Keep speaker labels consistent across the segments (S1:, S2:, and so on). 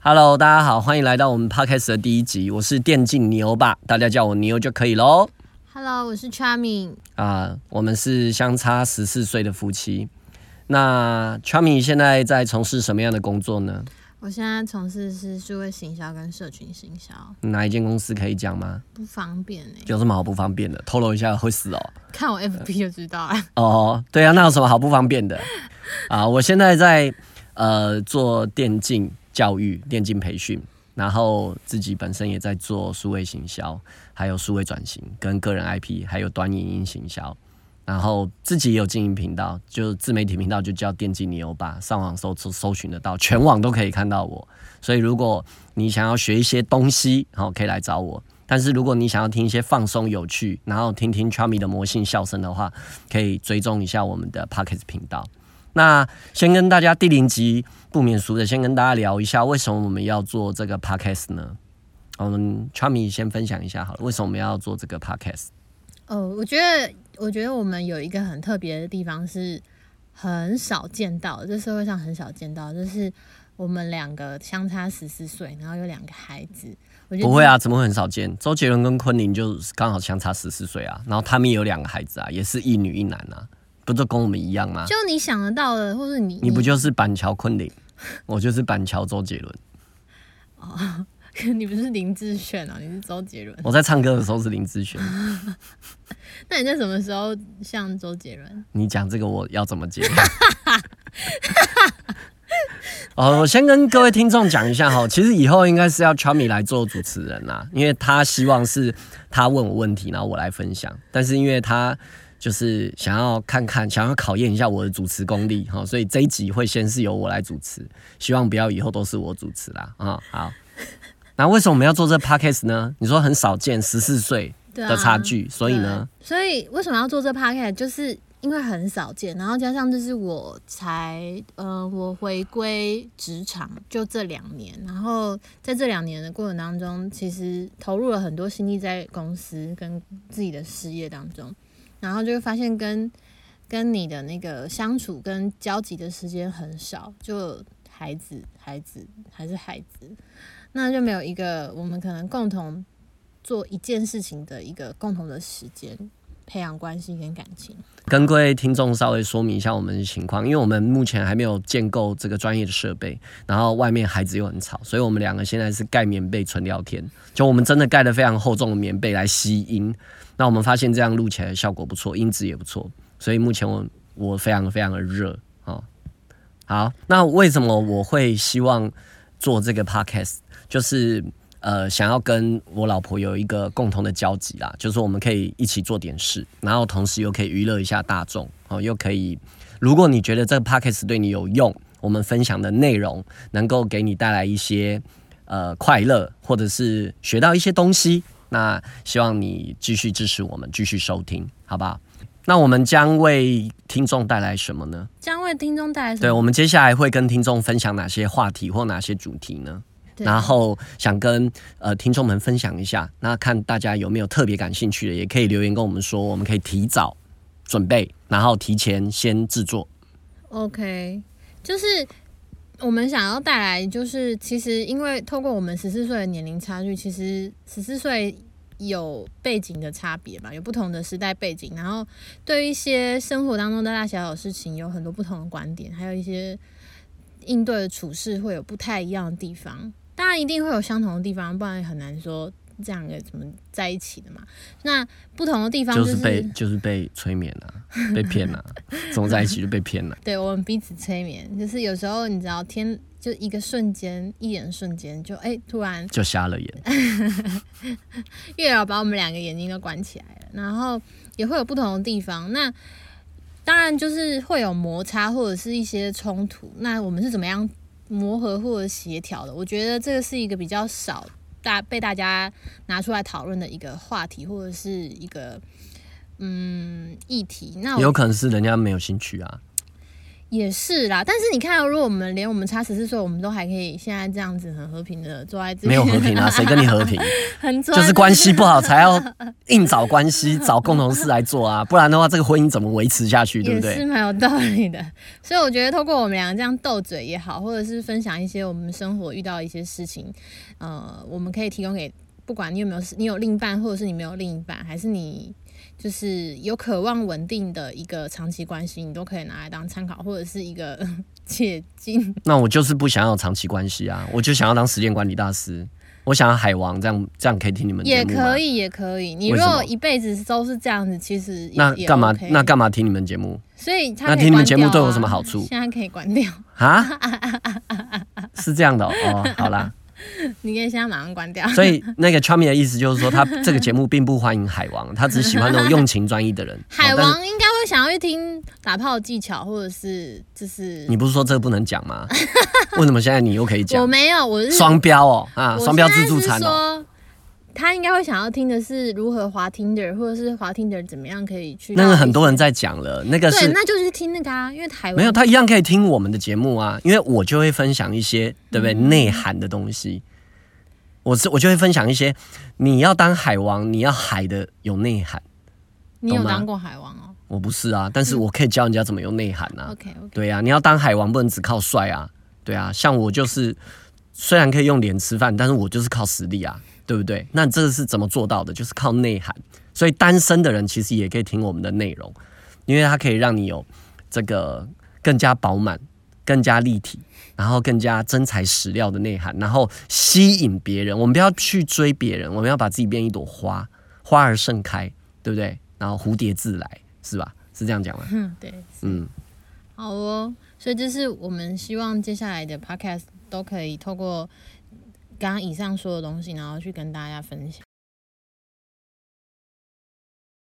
S1: Hello，大家好，欢迎来到我们 Podcast 的第一集，我是电竞牛爸，大家叫我牛就可以喽。
S2: Hello，我是 Charming。
S1: 啊、我们是相差十四岁的夫妻。那 Charmy 现在在从事什么样的工作呢？
S2: 我现在从事是数位行销跟社群行销，
S1: 哪一间公司可以讲吗？
S2: 不方便哎、
S1: 有什么好不方便的？透露一下会死哦。
S2: 看我 FB 就知道了。
S1: 哦，对啊，那有什么好不方便的？啊，我现在在呃做电竞教育、电竞培训，然后自己本身也在做数位行销，还有数位转型跟个人 IP，还有短影音行销。然后自己也有经营频道，就自媒体频道就叫电竞牛吧，上网搜搜搜寻得到，全网都可以看到我。所以如果你想要学一些东西，好、可以来找我。但是如果你想要听一些放松有趣，然后听听 Charmy 的魔性笑声的话，可以追踪一下我们的 Pocket 频道。那先跟大家第零集不免俗的，先跟大家聊一下为什么我们要做这个 podcast 呢？我们 Charmy 先分享一下好了，为什么我们要做这个 podcast？
S2: 哦，我觉得，我觉得我们有一个很特别的地方是很少见到的，这社会上很少见到的，就是我们两个相差十四岁，然后有两个孩子。我觉得
S1: 不会啊，怎么会很少见？周杰伦跟昆凌就刚好相差十四岁啊，然后他们也有两个孩子啊，也是一女一男啊，不都跟我们一样吗
S2: 这，？就你想得到的，或者你
S1: 你不就是板桥昆凌，我就是板桥周杰伦。
S2: 你你不是林志炫哦、你是周杰伦。
S1: 我在唱歌的时候是林志炫，
S2: 那你在什么时候像周杰伦？
S1: 你讲这个我要怎么接？ 哦，我先跟各位听众讲一下哈，其实以后应该是要 Charmy 来做主持人啦，因为他希望是他问我问题，然后我来分享。但是因为他就是想要看看，想要考验一下我的主持功力哈，所以这一集会先是由我来主持，希望不要以后都是我主持啦啊、好，那为什么我们要做这 podcast 呢？你说很少见，十四岁
S2: 对啊，
S1: 的差距，所以呢，
S2: 对，所以为什么要做这 podcast？就是因为很少见，然后加上就是我才呃，我回归职场就这两年，然后在这两年的过程当中，其实投入了很多心力在公司跟自己的事业当中，然后就会发现跟跟你的那个相处跟交集的时间很少，就孩子孩子还是孩子，那就没有一个我们可能共同做一件事情的一个共同的时间，培养关系跟感情。
S1: 跟各位听众稍微说明一下我们的情况，因为我们目前还没有建构这个专业的设备，然后外面孩子又很吵，所以我们两个现在是盖棉被纯聊天，就我们真的盖了非常厚重的棉被来吸音。那我们发现这样录起来的效果不错，音质也不错，所以目前我我非常非常的热哦。好，那为什么我会希望做这个 podcast？就是呃，想要跟我老婆有一个共同的交集啦，就是我们可以一起做点事，然后同时又可以娱乐一下大众，哦，又可以，如果你觉得这个 podcast 对你有用，我们分享的内容能够给你带来一些呃快乐，或者是学到一些东西，那希望你继续支持我们，继续收听，好不好？那我们将为听众带来什么呢？
S2: 将为听众带来什
S1: 对，
S2: 么？
S1: 我们接下来会跟听众分享哪些话题或哪些主题呢？
S2: 对
S1: 然后想跟呃听众们分享一下，那看大家有没有特别感兴趣的，也可以留言跟我们说，我们可以提早准备，然后提前先制作。
S2: OK，就是我们想要带来，就是其实因为透过我们十四岁的年龄差距，其实十四岁有背景的差别嘛，有不同的时代背景，然后对于一些生活当中大大小小的事情有很多不同的观点，还有一些应对的处事会有不太一样的地方。当然一定会有相同的地方，不然很难说这两个怎么在一起的嘛。那不同的地方
S1: 就是被就是被催眠了、被骗 了、总在一起就被骗了。
S2: 对我们彼此催眠，就是有时候你知道天就一个瞬间，一眼瞬间就哎、突然
S1: 就瞎了眼，
S2: 哎月老把我们两个眼睛都关起来了，然后也会有不同的地方。那当然就是会有摩擦或者是一些冲突，那我们是怎么样磨合或者协调的？我觉得这个是一个比较少大被大家拿出来讨论的一个话题或者是一个嗯议题。那我
S1: 有可能是人家没有兴趣啊，
S2: 也是啦，但是你看哦，如果我们连我们差十四岁，我们都还可以现在这样子很和平的坐在这边，
S1: 没有和平 啊，谁跟你和平？
S2: 很坐在
S1: 就
S2: 这
S1: 是关系不好才要
S2: 啊
S1: 硬找关系，找共同事来做啊，不然的话这个婚姻怎么维持下去，对不
S2: 也是
S1: 对？
S2: 蛮有道理的。所以我觉得，透过我们两个这样斗嘴也好，或者是分享一些我们生活遇到的一些事情，呃，我们可以提供给不管你有没有你有另一半，或者是你没有另一半，还是你就是有渴望稳定的一个长期关系，你都可以拿来当参考，或者是一个 借鉴。
S1: 那我就是不想要长期关系啊，我就想要当时间管理大师，我想要海王，这样这样可以听你们节
S2: 也
S1: 目吗
S2: 可？以，也可以。你
S1: 为
S2: 如
S1: 什么
S2: 果一辈子都是这样子，其实也
S1: 那
S2: 也
S1: 干嘛
S2: OK
S1: 那干嘛听你们节目
S2: 所以他
S1: 那
S2: 可以
S1: 听你们
S2: 关
S1: 节目
S2: 掉
S1: 对我有
S2: 啊
S1: 什么好处
S2: 现在可以关掉，
S1: 啊？是这样的哦哦，好啦，
S2: 你可以现在马上 关掉。
S1: 所以那个 Chummy 的意思就是说， 他这个节目并不欢迎海王，他只喜欢那种用情专一的人。好
S2: 海
S1: 但是
S2: 王应该会想要去听打炮技巧，或者是就是
S1: 你不是说这个不能讲吗？为什么现在你又可以
S2: 我
S1: 讲？
S2: 没有，我是
S1: 双标哦啊，
S2: 我
S1: 双标自助
S2: 现在
S1: 餐
S2: 是
S1: 哦。
S2: 说他应该会想要听的是如何滑 Tinder，或者是滑 Tinder 怎么样可以去
S1: 那个
S2: 到
S1: 很多人在讲了，那个
S2: 对，
S1: 是
S2: 那就是听那个啊，因为台湾
S1: 没有，他一样可以听我们的节目啊，因为我就会分享一些对不对内涵的东西。我是我就会分享一些，你要当海王，你要海的有内涵。
S2: 你有
S1: 懂吗
S2: 当过海王哦、
S1: 我不是啊，但是我可以教人家怎么有内涵啊。
S2: OK OK，
S1: 对啊，你要当海王，不能只靠帅啊。对啊，像我就是虽然可以用脸吃饭，但是我就是靠实力啊，对不对？那这个是怎么做到的？就是靠内涵。所以单身的人其实也可以听我们的内容，因为它可以让你有这个更加饱满、更加立体，然后更加真材实料的内涵，然后吸引别人。我们不要去追别人，我们要把自己变一朵花，花儿盛开，对不对？然后蝴蝶自来，是吧？是这样讲吗？
S2: 嗯对，
S1: 嗯，
S2: 好哦，所以这是我们希望接下来的 Podcast 都可以透过刚刚以上说的东西，然后去跟大家分享。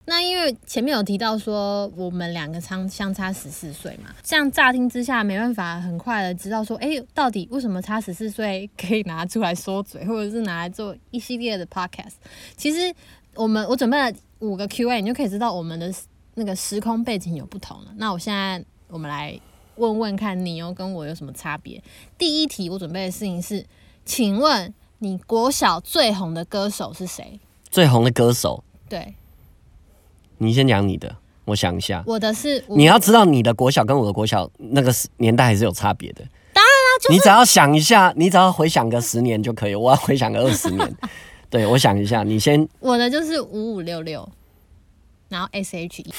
S2: 那因为前面有提到说我们两个相相差十四岁嘛，这样乍听之下没办法很快的知道说，哎、到底为什么差十四岁可以拿出来说嘴，或者是拿来做一系列的 podcast。其实我们我准备了五个 Q&A，你就可以知道我们的那个时空背景有不同了。那我现在我们来问问看，你又跟我有什么差别？第一题我准备的事情是，请问你国小最红的歌手是谁？
S1: 最红的歌手
S2: 对，
S1: 你先讲你的，我想一下。
S2: 我的是吴
S1: 你要知道你的国小跟我的国小那个时年代还是有差别的。
S2: 当
S1: 然
S2: 啊
S1: 啦、你只要想一下，你只要回想个十年就可以，我要回想个二十 年。对，我想一下，你先
S2: 我的就是五五六六，然后 S H E，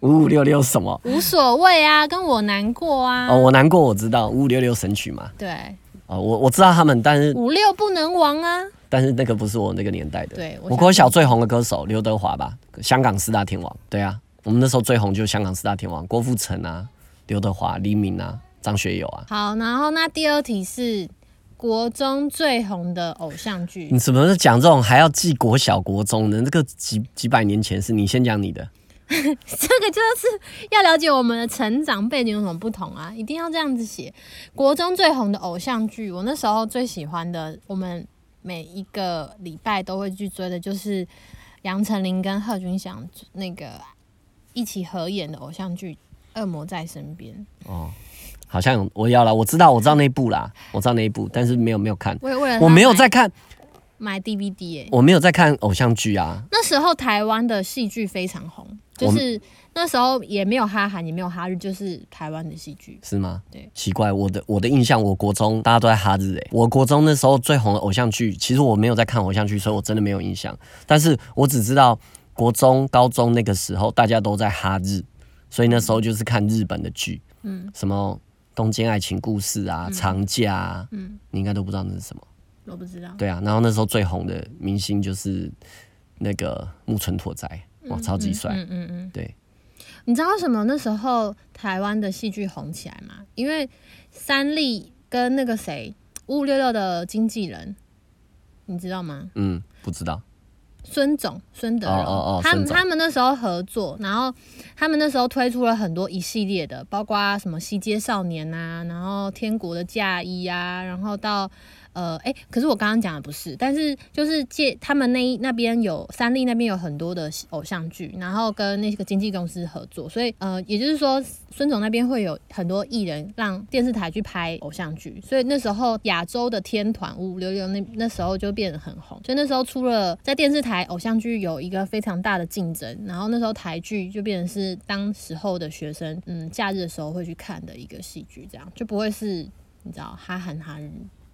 S1: 五五六六什么？
S2: 无所谓啊，跟我难过啊，
S1: 哦，我难过，我知道五五六六神曲嘛。
S2: 对，
S1: 哦，我我知道他们，但是
S2: 五六不能亡啊，
S1: 但是那个不是我那个年代的。
S2: 对我
S1: 我国小最红的歌手刘德华吧，香港四大天王。对啊，我们那时候最红就是香港四大天王，郭富城啊，刘德华、黎明啊，张学友啊。
S2: 好，然后那第二题是国中最红的偶像剧，
S1: 你怎么是讲这种还要记国小国中的？那个几几百年前是你先讲你的，
S2: 这个就是要了解我们的成长背景有什么不同啊，一定要这样子写。国中最红的偶像剧，我那时候最喜欢的，我们每一个礼拜都会去追的，就是杨丞琳跟贺军翔那个一起合演的偶像剧《恶魔在身边》。
S1: 好像有我要了，我知道我知道那一部啦，我知道那一部，但是没有没有看，
S2: 我也为了
S1: 我
S2: 它
S1: 没有
S2: 买
S1: 在看，
S2: 买 DVD 耶、
S1: 我没有在看偶像剧啊。
S2: 那时候台湾的戏剧非常红，就
S1: 我们
S2: 是那时候也没有哈韩，也没有哈日，就是台湾的戏剧。
S1: 是吗？
S2: 对，
S1: 奇怪，我的我的印象，我国中大家都在哈日诶、欸我国中那时候最红的偶像剧，其实我没有在看偶像剧，所以我真的没有印象。但是我只知道国中、高中那个时候大家都在哈日，所以那时候就是看日本的剧，嗯，什么《东京爱情故事》
S2: 嗯
S1: 啊，长假》啊，嗯，你应该都不知道那是什么，
S2: 我不知道，
S1: 对啊。然后那时候最红的明星就是那个木村拓哉，哇，超级帅，
S2: 嗯嗯嗯。
S1: 对，
S2: 你知道为什么那时候台湾的戏剧红起来吗？因为三立跟那个谁五五六六的经纪人，你知道吗？
S1: 嗯，不知道，
S2: 孙总孙德荣，
S1: 哦哦哦
S2: 他们
S1: 孙总
S2: 他们那时候合作，然后他们那时候推出了很多一系列的，包括什么《西街少年》啊，然后《天国的嫁衣》啊，然后到呃，哎、可是我刚刚讲的不是，但是就是借他们那一那边有三立那边有很多的偶像剧，然后跟那个经纪公司合作，所以呃，也就是说孙总那边会有很多艺人让电视台去拍偶像剧，所以那时候亚洲的天团五五六六那那时候就变得很红，所以那时候出了在电视台偶像剧有一个非常大的竞争，然后那时候台剧就变成是当时候的学生嗯假日的时候会去看的一个戏剧，这样就不会是你知道哈韩哈日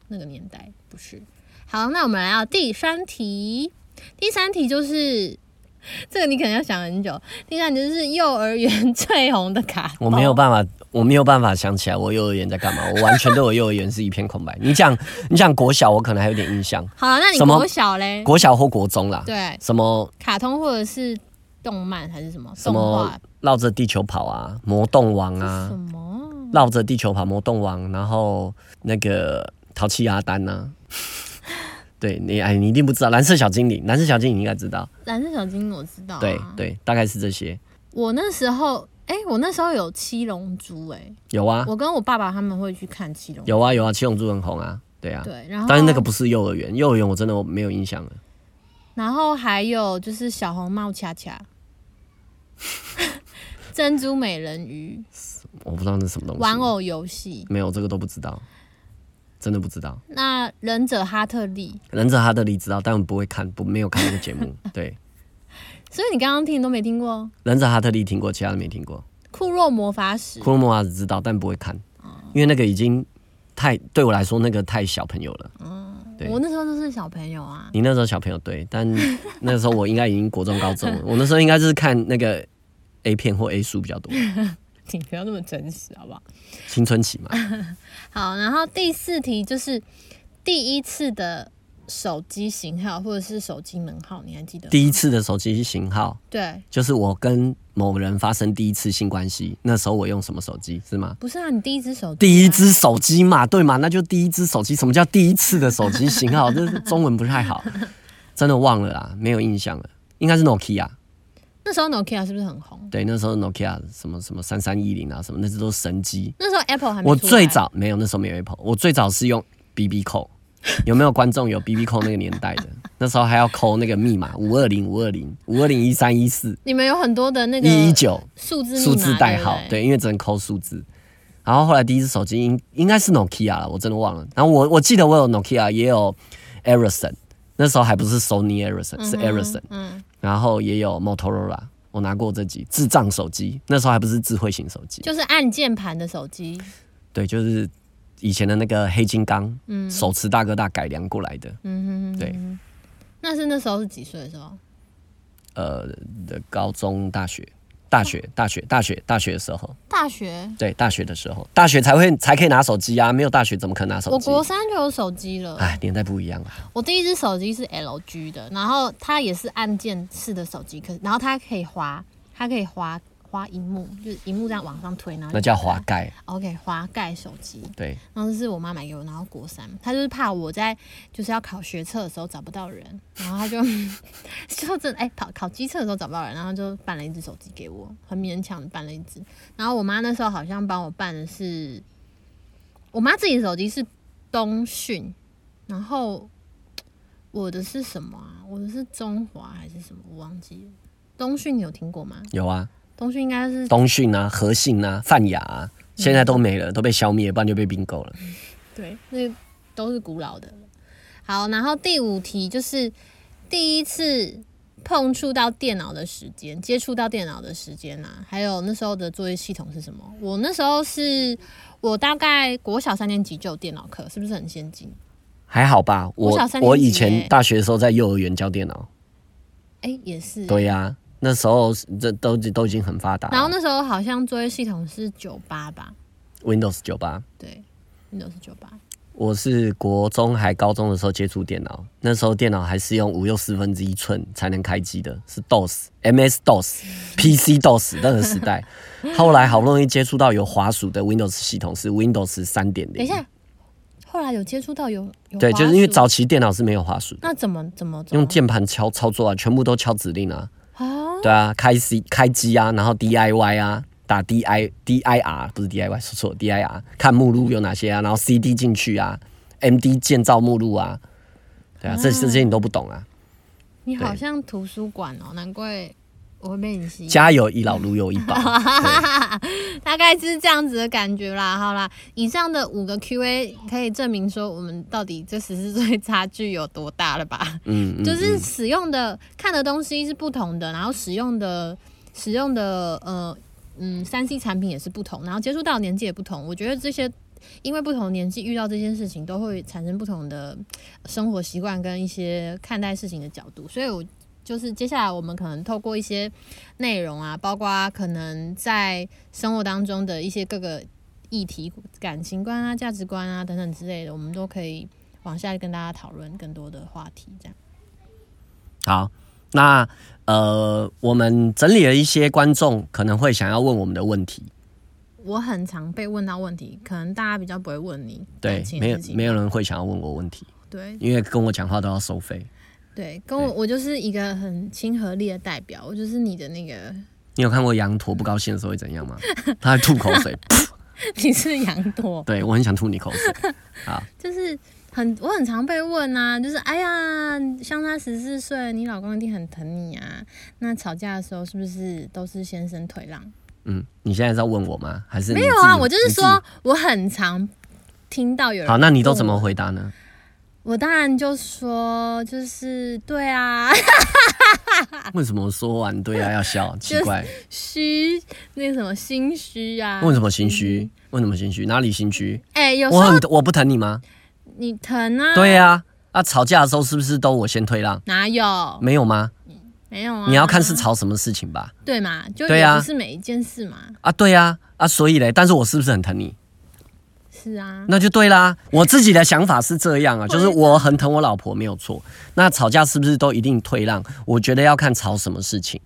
S2: 那个年代不是。好，那我们来到第三题。第三题就是这个，你可能要想很久。第三题就是幼儿园最红的卡通，
S1: 我没有办法，我没有办法想起来我幼儿园在 干嘛，我完全对我幼儿园是一片空白。你讲你讲国小，我可能还有点印象，
S2: 好了，那你
S1: 什么
S2: 国小嘞？
S1: 国小或国中啦，
S2: 对，
S1: 什么
S2: 卡通或者是动漫还是什么
S1: 什
S2: 动
S1: 么
S2: 画？
S1: 绕着地球跑啊，魔动王啊
S2: 什，么？
S1: 绕着地球跑，魔动王，然后那个淘气阿丹 呐、对你，哎，你一定不知道蓝色小精灵，蓝色小精灵你应该知道，
S2: 蓝色小精灵我知道、啊，
S1: 对对，大概是这些。
S2: 我那时候，哎、我那时候有七龙珠、哎、
S1: 有啊，
S2: 我跟我爸爸他们会去看七龙珠，
S1: 有啊，有啊，七龙珠很红啊，对啊。
S2: 对，然哦后
S1: 但是那个不是幼儿园，幼儿园我真的没有印象了。
S2: 然后还有就是小红帽恰恰， 珍珠美人鱼，
S1: 我不知道那是什么东西。
S2: 玩偶游戏，
S1: 没有这个都不知道，真的不知道。
S2: 那忍者哈特利。
S1: 忍者哈特利知道，但我不会看，不没有看这个节目。对，
S2: 所以你刚刚听都没听过
S1: 忍者哈特利听过，其他的没听过。
S2: 库洛魔法使，
S1: 库洛魔法使知道，但不会看，因为那个已经太对我来说那个太小朋友了。对
S2: 我那时候都是小朋友啊。
S1: 你那时候小朋友对，但那时候我应该已经国中高中了。我那时候应该就是看那个 A 片或 A 书比较多，
S2: 你不要那么真实好不好？
S1: 青春期嘛。
S2: 好，然后第四题就是第一次的手机型号或者是手机门号，你还记得吗？
S1: 第一次的手机型号
S2: 对，
S1: 就是我跟某人发生第一次性关系，那时候我用什么手机是吗？
S2: 不是啊，你第一只手机啊、
S1: 第一只手机嘛，对嘛？那就第一只手机。什么叫第一次的手机型号？这是中文不太好，真的忘了啦，没有印象了。应该是 Nokia，
S2: 那时候 Nokia 是不是很红？
S1: 对，那时候 Nokia 什么什么三三一零啊，什么那些都是神机。
S2: 那时候 Apple 还没
S1: 我
S2: 出来
S1: 最早没有，那时候没有 Apple，我最早是用 BB 扣。有没有观众有 BB 扣那个年代的？那时候还要扣那个密码五二零五二零五二零一三一四
S2: 你们有很多的那个
S1: 一一九
S2: 数字密码
S1: 数字代号
S2: 嗯对不，对
S1: 对，因为只能扣数字。然后后来第一只手机应应该是 Nokia 了，我真的忘了。然后我我记得我有 Nokia，也有 Ericsson，那时候还不是 Sony Ericsson，是 Ericsson，、
S2: 嗯，
S1: 然后也有 Motorola，我拿过这几智障手机，那时候还不是智慧型手机，
S2: 就是按键盘的手机，
S1: 对，就是以前的那个黑金刚，手持大哥大改良过来的，
S2: 嗯嗯哼哼，
S1: 对，
S2: 那是那时候是几岁的时候？
S1: 呃，的高中、大学、大学、大学、大学、大学的时候，
S2: 大学，
S1: 对，大学的时候，大学才会才可以拿手机啊，没有大学怎么可能拿手
S2: 我
S1: 机？
S2: 国三就有手机了。
S1: 哎，年代不一样啊。
S2: 我第一只手机是 LG 的，然后它也是按键式的手机，可然后它可以滑，它可以滑滑荧幕，就是荧幕这样往上推，然后就哦
S1: 那叫滑盖，
S2: OK 滑盖手机。
S1: 对，
S2: 然后这是我妈买给我，然后国三，她就是怕我在就是要考学测的时候找不到人，然后她就 就真的哎、考考机测的时候找不到人，然后就办了一只手机给我，很勉强的办了一只。然后我妈那时候好像帮我办的是，我妈自己的手机是东讯，然后我的是什么啊？我的是中华还是什么？我忘记了。东讯你有听过吗？
S1: 有啊，
S2: 东讯应该是
S1: 东讯啊、和信啊、泛亚啊，现在都没了，都被消灭，不然就被并购了。
S2: 对，那都是古老的了。好，然后第五题就是第一次碰触到电脑的时间，接触到电脑的时间啊，还有那时候的作业系统是什么？我那时候是我大概国小三年级就有电脑课，是不是很先进？
S1: 还好吧，
S2: 我
S1: 我
S2: 小三年级
S1: 我以前
S2: 耶
S1: 大学的时候在幼儿园教电脑，
S2: 哎，也是。
S1: 对啊呀、那时候这都都已经很发达
S2: 然后那时候好像作业系统是九八吧？
S1: ，Windows 九八，
S2: 对，Windows 九八。
S1: 我是国中还高中的时候接触电脑，那时候电脑还是用五又四分之一寸才能开机的，是 DOS、MS DOS、PC DOS 那个时 代。后来好不容易接触到有滑鼠的 Windows 系统，是 Windows 三点零。
S2: 等一下，后来有接触到有有
S1: 对，
S2: 滑
S1: 就是因为
S2: 鼠
S1: 早期电脑是没有滑鼠的，
S2: 那怎么怎么怎么
S1: 用键盘敲操作啊，全部都敲指令啊，
S2: 啊？
S1: 对啊，开 C 开机啊，然后 DIY 啊，打 DI DIR 不是 DIY 说错了 DIR，看目录有哪些啊，然后 CD 进去啊，MD 建造目录啊，对啊，这这些你都不懂啊，
S2: 你好
S1: 对
S2: 像图书馆哦，难怪我会被你吸引。
S1: 家有一老如有一宝，对
S2: 大概是这样子的感觉啦。好啦，以上的五个 Q&A 可以证明说我们到底这十四岁差距有多大了吧？
S1: 嗯，嗯
S2: 就是使用的看的东西是不同的，然后使用的使用的呃嗯三 C 产品也是不同，然后接触到的年纪也不同。我觉得这些因为不同年纪遇到这件事情，都会产生不同的呃生活习惯跟一些看待事情的角度，所以我。就是接下来我们可能透过一些内容啊，包括可能在生活当中的一些各个议题、感情观啊、价值观啊等等之类的，我们都可以往下跟大家讨论更多的话题，这样。
S1: 好，那呃，我们整理了一些观众可能会想要问我们的问题，
S2: 我很常被问到问题，可能大家比较不会问你
S1: 对
S2: 感，情
S1: 没
S2: 的
S1: 有
S2: 事情
S1: 没有人会想要问我问题，
S2: 对
S1: 因为跟我讲话都要收费。
S2: 对，跟我我就是一个很亲和力的代表，我就是你的那个，
S1: 你有看过羊驼不高兴的时候会怎样吗？它还吐口水，
S2: 你是羊驼，
S1: 对我很想吐你口水。
S2: 就是很我很常被问啊，就是哎呀，相差十四岁，你老公一定很疼你啊，那吵架的时候是不是都是先生退让？
S1: 嗯，你现在是要问我吗？还是你
S2: 没有啊，
S1: 自己
S2: 我就是
S1: 你自己
S2: 说我很常听到有人
S1: 好，那你都怎
S2: 问
S1: 么
S2: 我？
S1: 回答呢？
S2: 我当然就说就是对啊。
S1: 为什么说完对啊要笑？奇怪，
S2: 虚，那个什么心虚啊？
S1: 为什么心虚？为什么心虚？哪里心虚？
S2: 哎、有时
S1: 我
S2: 候
S1: 很我不疼你吗？
S2: 你疼啊？
S1: 对呀、啊，啊，吵架的时候是不是都我先退让？
S2: 哪有？
S1: 没有吗？
S2: 没有啊？
S1: 嗯你要看是吵什么事情吧？
S2: 对嘛？就
S1: 对
S2: 也
S1: 啊
S2: 不是每一件事嘛。
S1: 啊，对呀、啊，所以嘞，但是我是不是很疼你？
S2: 是啊，
S1: 那就对啦。我自己的想法是这样啊，
S2: 我
S1: 就是我很疼我老婆没有错。那吵架是不是都一定退让？我觉得要看吵什么事情。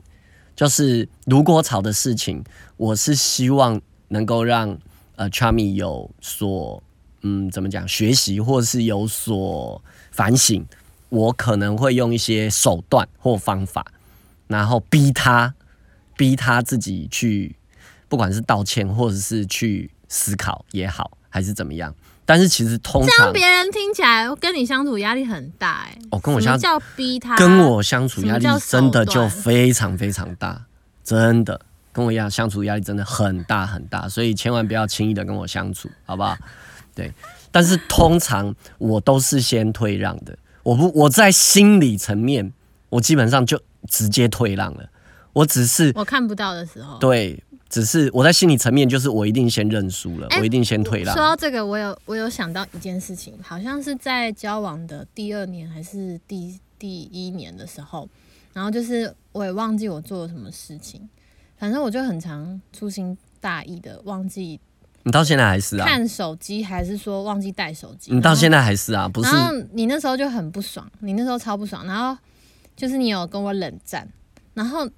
S1: 就是如果吵的事情，我是希望能够让呃 Charmy 有所嗯怎么讲学习，或是有所反省，我可能会用一些手段或方法，然后逼他逼他自己去，不管是道歉或者是去思考也好，还是怎么样。但是其实通
S2: 这样
S1: 常
S2: 别人听起来跟你相处压力很大哎、
S1: 哦跟我
S2: 什
S1: 相
S2: 么叫逼他？
S1: 跟我相处压力
S2: 什么叫
S1: 真的
S2: 手
S1: 就
S2: 段
S1: 非常非常大，真的跟我一样相处压力真的很大很大，所以千万不要轻易的跟我相处，好不好？对，但是通常我都是先退让的，我不我在心理层面，我基本上就直接退让了，我只是
S2: 我看不到的时候。
S1: 对，只是我在心理层面就是我一定先认输了，
S2: 哎
S1: 我一定先退让
S2: 说。到这个，我有我有想到一件事情，好像是在交往的第二年还是第第一年的时候，然后就是我也忘记我做了什么事情，反正我就很常粗心大意的忘记
S1: 你到现在还是啊？
S2: 看手机，还是说忘记带手机。
S1: 你到现
S2: 在
S1: 在还是啊？不是
S2: 然后你那时候就很不爽，你那时候超不爽，然后就是你有跟我冷战，然后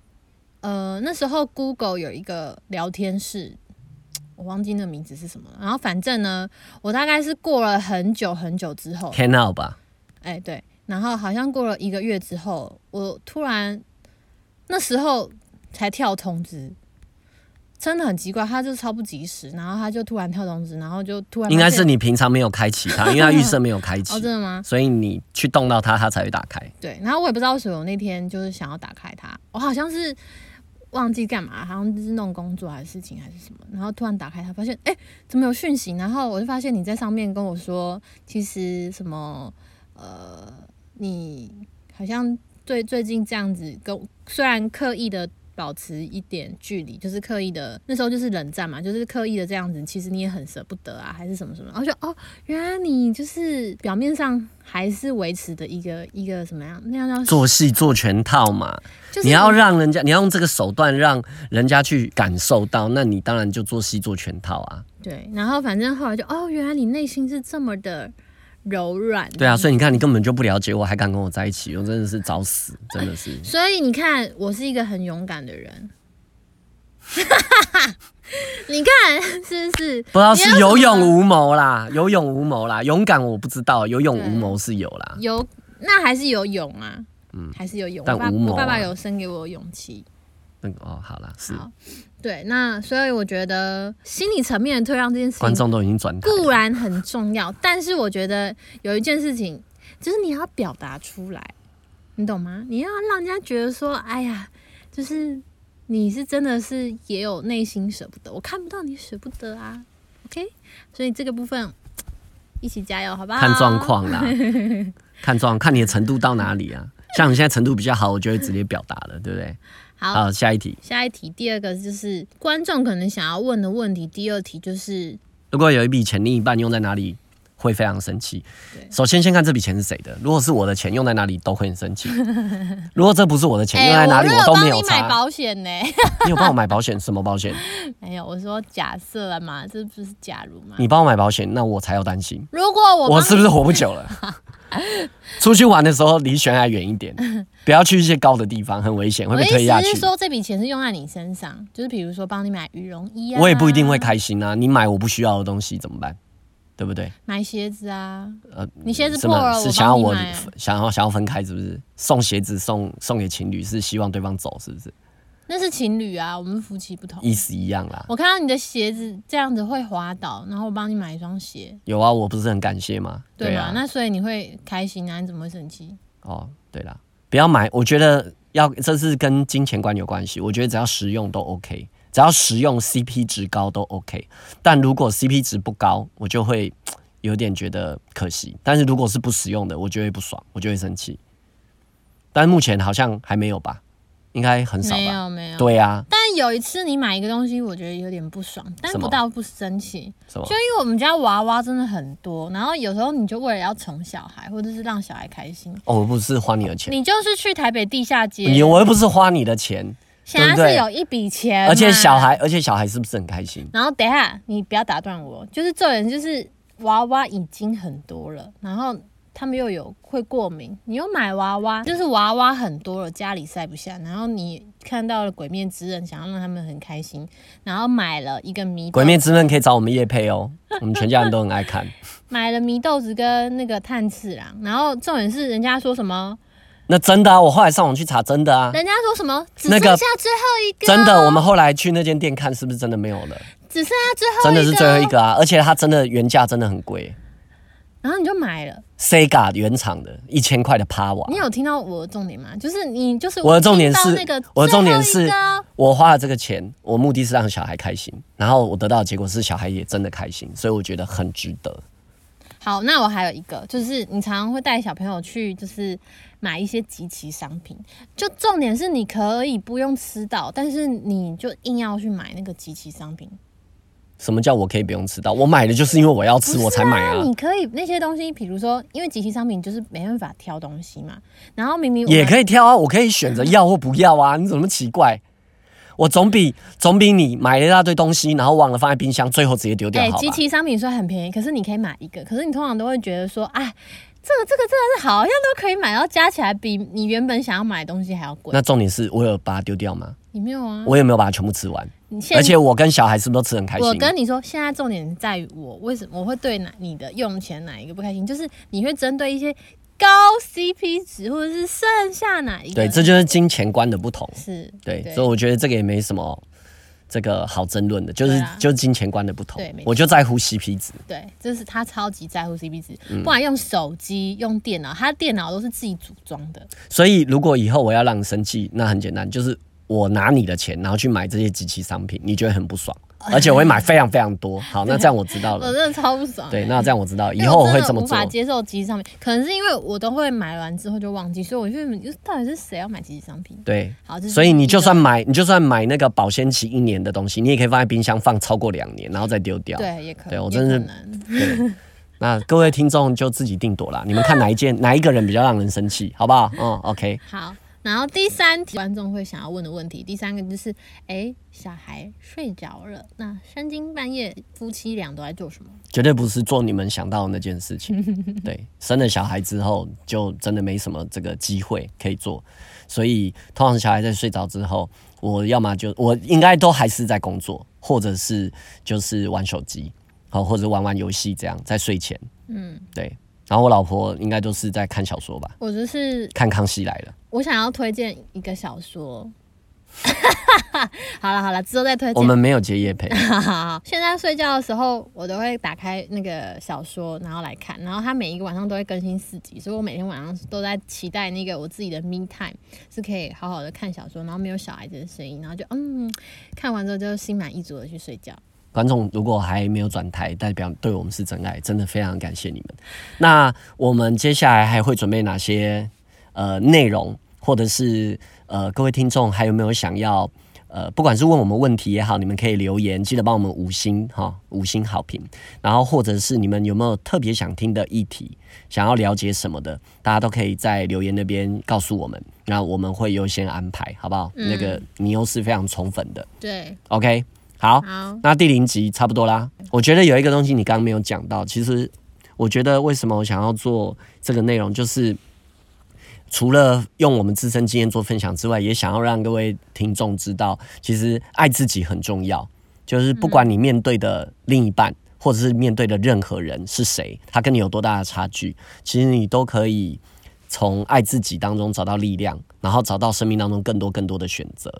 S2: 呃那时候 Google 有一个聊天室。我忘记那名字是什么了，然后反正呢，我大概是过了很久很久之后，
S1: h a n o u 吧？
S2: 哎、对，然后好像过了一个月之后，我突然那时候才跳通知，真的很奇怪，他就超不及时，然后他就突然跳通知，然后就突然
S1: 应该
S2: 发
S1: 是
S2: 现
S1: 你平常没有开启它，因为它预设没有开启。
S2: 哦，真的吗？
S1: 所以你去动到它，它才会打开。
S2: 对，然后我也不知道为什么我那天就是想要打开它，我好像是忘记干嘛，好像就是弄工作还是事情还是什么，然后突然打开它，发现哎、诶怎么有讯息？然后我就发现你在上面跟我说，其实什么呃，你好像最最近这样子跟虽然刻意的。保持一点距离，就是刻意的，那时候就是冷战嘛，就是刻意的这样子，其实你也很舍不得啊，还是什么什么，然后就哦，原来你就是表面上还是维持的一个一个什么样那样叫
S1: 做戏做全套嘛，
S2: 就是
S1: 你要让人家，你要用这个手段让人家去感受到，那你当然就做戏做全套啊。
S2: 对，然后反正后来就哦，原来你内心是这么的柔软。。
S1: 对啊，所以你看，你根本就不了解我，还敢跟我在一起，我真的是找死，真的是
S2: 所以你看，我是一个很勇敢的人， 你看是不是？
S1: 不知道是有
S2: 你有什
S1: 勇
S2: 么
S1: 无谋啦，有勇无谋啦，勇敢我不知道，有勇
S2: 对
S1: 无谋是有啦。
S2: 有，那还是有勇啊，还是有勇。
S1: 嗯但
S2: 我爸
S1: 无谋
S2: 我爸爸
S1: 啊
S2: 有生给我勇气。
S1: 那个哦，好啦，是
S2: 好对，那所以我觉得心理层面的退让这件事
S1: 观
S2: 情
S1: 众都已经转台了，
S2: 固然很重要，但是我觉得有一件事情就是你要表达出来，你懂吗？你要让人家觉得说，哎呀，就是你是真的是也有内心舍不得，我看不到你舍不得啊。OK，所以这个部分嗯一起加油，好不好？
S1: 看状。况
S2: 啊
S1: 啦，看状看你的程度到哪 里啊。像你现在程度比较好，我就会直接表达了，对不对？
S2: 好，
S1: 好，下一题。
S2: 下一题，第二个就是观众可能想要问的问题。第二题就是，
S1: 如果有一笔钱，另一半用在哪里，会非常生气
S2: 对。
S1: 首先，先看这笔钱是谁的。如果是我的钱，用在哪里都会很生 气。如果这不是我的钱，用在哪里
S2: 哎我
S1: 我都没
S2: 如果帮
S1: 有
S2: 你买
S1: 差。
S2: 保险呢、
S1: 你有帮我买保险？什么保险？
S2: 没有，我说假设了嘛，这不是假如嘛？
S1: 你帮我买保险，那我才要担心。
S2: 如果我
S1: 我
S2: 帮
S1: 是不是活不久 了？出去玩的时候离悬崖远一点，不要去一些高的地方，很危险，会
S2: 我
S1: 被推
S2: 意
S1: 下
S2: 思
S1: 去
S2: 是。说，这笔钱是用在你身上，就是比如说帮你买羽绒衣啊，
S1: 我也不一定会开心啊！你买我不需要的东西怎么办？对不对？
S2: 买鞋子啊。
S1: 呃
S2: 你鞋子
S1: 是
S2: 破了，
S1: 吗？
S2: 帮
S1: 是想要
S2: 你
S1: 我
S2: 买啊
S1: 想要想要分开是不是？送鞋子送送给情侣是希望对方走是不是？
S2: 那是情侣啊，我们夫妻不同。
S1: 意思一样啦。
S2: 我看到你的鞋子这样子会滑倒，然后我帮你买一双鞋，
S1: 有啊，我不是很感谢吗？
S2: 对吗？
S1: 啊，
S2: 那所以你会开心啊？你怎么会生气？
S1: 哦，对啦，不要买，我觉得要这是跟金钱观有关系。我觉得只要实用都 OK，只要实用 CP 值高都 OK。但如果 CP 值不高，我就会有点觉得可惜。但是如果是不实用的，我就会不爽，我就会生气。但目前好像还没有吧，应该很少
S2: 没
S1: 吧？
S2: 有没有。
S1: 对啊，
S2: 但有一次你买一个东西，我觉得有点不爽，但
S1: 什么
S2: 不到不生气，
S1: 什么
S2: 就因为我们家娃娃真的很多，然后有时候你就为了要宠小孩，或者是让小孩开心，
S1: 哦，我不是花你的钱，
S2: 你就是去台北地下
S1: 你
S2: 街，
S1: 我又不是花你的钱，
S2: 想
S1: 对
S2: 要
S1: 不
S2: 是
S1: 对
S2: 有一笔钱嘛，
S1: 而且小孩，而且小孩是不是很开心？
S2: 然后等一下，你不要打断我，就是这人就是娃娃已经很多了，然后他们又有会过敏，你又买娃娃，就是娃娃很多了，家里塞不下，然后你看到了《鬼面之刃》，想要让他们很开心，然后买了一个迷
S1: 《
S2: 豆
S1: 鬼，灭之刃》可以找我们叶配哦，我们全家人都很爱看。
S2: 买了迷豆子跟那个炭次郎，然后重点是人家说什么，
S1: 那真的啊，我后来上网去查，真的啊，
S2: 人家说什么只
S1: 那
S2: 剩下
S1: 个
S2: 最后一个，
S1: 真的。我们后来去那间店看，是不是真的没有了？
S2: 只剩下最后一个，
S1: 真的是最后一，个啊！而且它真的原价真的很贵
S2: 然后你就买了。
S1: ，Sega 原厂的，一千块的趴瓦
S2: 你。有听到我的重点吗？就是你就是
S1: 我的重点是
S2: 听到那个
S1: 我的重点是
S2: 最后一个
S1: 我花了这个钱，我目的是让小孩开心，然后我得到的结果是小孩也真的开心，所以我觉得很值得。
S2: 好，那我还有一个，就是你常常会带小朋友去，就是买一些集齐商品。就重点是你可以不用吃到，但是你就硬要去买那个集齐商品。
S1: 什么叫我可以不用吃到？我买的就是因为我要吃，我才买
S2: 那
S1: 啊。
S2: 你可以那些东西，比如说，因为集齐商品就是没办法挑东西嘛。然后明明我
S1: 也
S2: 以，
S1: 可以挑啊，我可以选择要或不要啊，你怎么那么奇怪？我总比总比你买了一大堆东西，然后忘了放在冰箱，最后直接丢掉
S2: 哎，
S1: 好吧
S2: 集？齐商品虽然很便宜，可是你可以买一个，可是你通常都会觉得说，哎。这个这个真的是好像都可以买到，加起来比你原本想要买的东西还要贵。
S1: 那重点是我有把它丢掉吗？
S2: 你没有啊？
S1: 我有没有把它全部吃完？
S2: 你现
S1: 而且我跟小孩是不是都吃得很开心？
S2: 我跟你说，现在重点在于我为什么我会对哪你的用钱哪一个不开心，就是你会针对一些高 CP 值或者是剩下哪一个。
S1: 对，这就是金钱观的不同。
S2: 是
S1: 对，
S2: 对
S1: 所以我觉得这个也没什么这个好争论的，就是、
S2: 对啊
S1: 就是金钱观的不同
S2: 对没。错
S1: 我就在乎 CP 值，
S2: 对，就是他超级在乎 CP 值，
S1: 嗯
S2: 不然用手机、用电脑，他电脑都是自己组装的。
S1: 所以如果以后我要让你生气，那很简单，就是我拿你的钱，然后去买这些机器商品，你觉得很不 爽，而且我会买非常非常多。好，那这样我知道
S2: 我
S1: 了
S2: 真。的超不爽。
S1: 对，那这样我知道，以
S2: 因为
S1: 后我会
S2: 真的
S1: 这么
S2: 无
S1: 做
S2: 法。接受集体商品，可能是因为我都会买完之后就忘记，所以我就就是到底是谁要买集体商品？
S1: 对，
S2: 好，这是
S1: 所以你
S2: 第一
S1: 就
S2: 个
S1: 算买，你就算买那个保鲜期一年的东西，你也可以放在冰箱放超过两年，然后再丢掉。
S2: 对也可
S1: 对我
S2: 也
S1: 真
S2: 可
S1: 是
S2: 能
S1: 对，那各位听众就自己定夺啦，你们看哪一件哪一个人比较让人生气，好不好？嗯，OK，
S2: 好，然后第三题观众会想要问的问题，第三个就是，哎，小孩睡着了，那三更半夜夫妻俩都在做什么？
S1: 绝对不是做你们想到的那件事情。对，生了小孩之后就真的没什么这个机会可以做，所以通常小孩在睡着之后，我要么就我应该都还是在工作，或者是就是玩手机，好，或者玩玩游戏这样，在睡前，
S2: 嗯，
S1: 对。然后我老婆应该都是在看小说吧，
S2: 我就是
S1: 看《康熙来了》。
S2: 我想要推荐一个小说。 好了好了，之后再推
S1: 我
S2: 荐。
S1: 们没有接夜配，
S2: 哈哈哈现在睡觉的时候，我都会打开那个小说，然后来看。然后它每一个晚上都会更新四集，所以我每天晚上都在期待那个我自己的 me time，是可以好好的看小说，然后没有小孩子的声音，然后就嗯，看完之后就心满意足的去睡觉。
S1: 观众如果还没有转台，代表对我们是真爱，真的非常感谢你们。那我们接下来还会准备哪些呃内容，或者是呃各位听众还有没有想要呃，不管是问我们问题也好，你们可以留言，记得帮我们五星哈、五星好评。然后或者是你们有没有特别想听的议题，想要了解什么的，大家都可以在留言那边告诉我们，那我们会优先安排，好不好？那个你又是非常宠粉的
S2: 对，
S1: ，OK，好。
S2: 好，
S1: 那第零集差不多啦。我觉得有一个东西你刚刚没有讲到，其实我觉得为什么我想要做这个内容，就是除了用我们自身经验做分享之外，也想要让各位听众知道，其实爱自己很重要。就是不管你面对的另一半，或者是面对的任何人是谁，他跟你有多大的差距，其实你都可以从爱自己当中找到力量，然后找到生命当中更多更多的选择。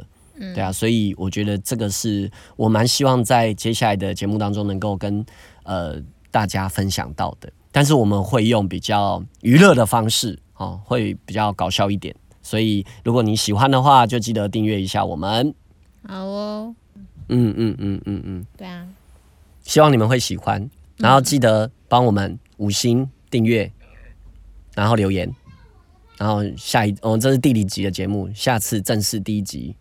S1: 对啊，所以我觉得这个是我蛮希望在接下来的节目当中能够跟呃大家分享到的。但是我们会用比较娱乐的方式哦，会比较搞笑一点。所以如果你喜欢的话，就记得订阅一下我们。
S2: 好哦，
S1: 嗯嗯嗯嗯嗯，
S2: 对啊，
S1: 希望你们会喜欢，然后记得帮我们五星订阅，然后留言，然后下一我们、这是第零集的节目，下次正式第一集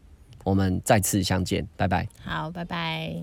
S1: 我们再次相见，拜拜。
S2: 好，拜拜。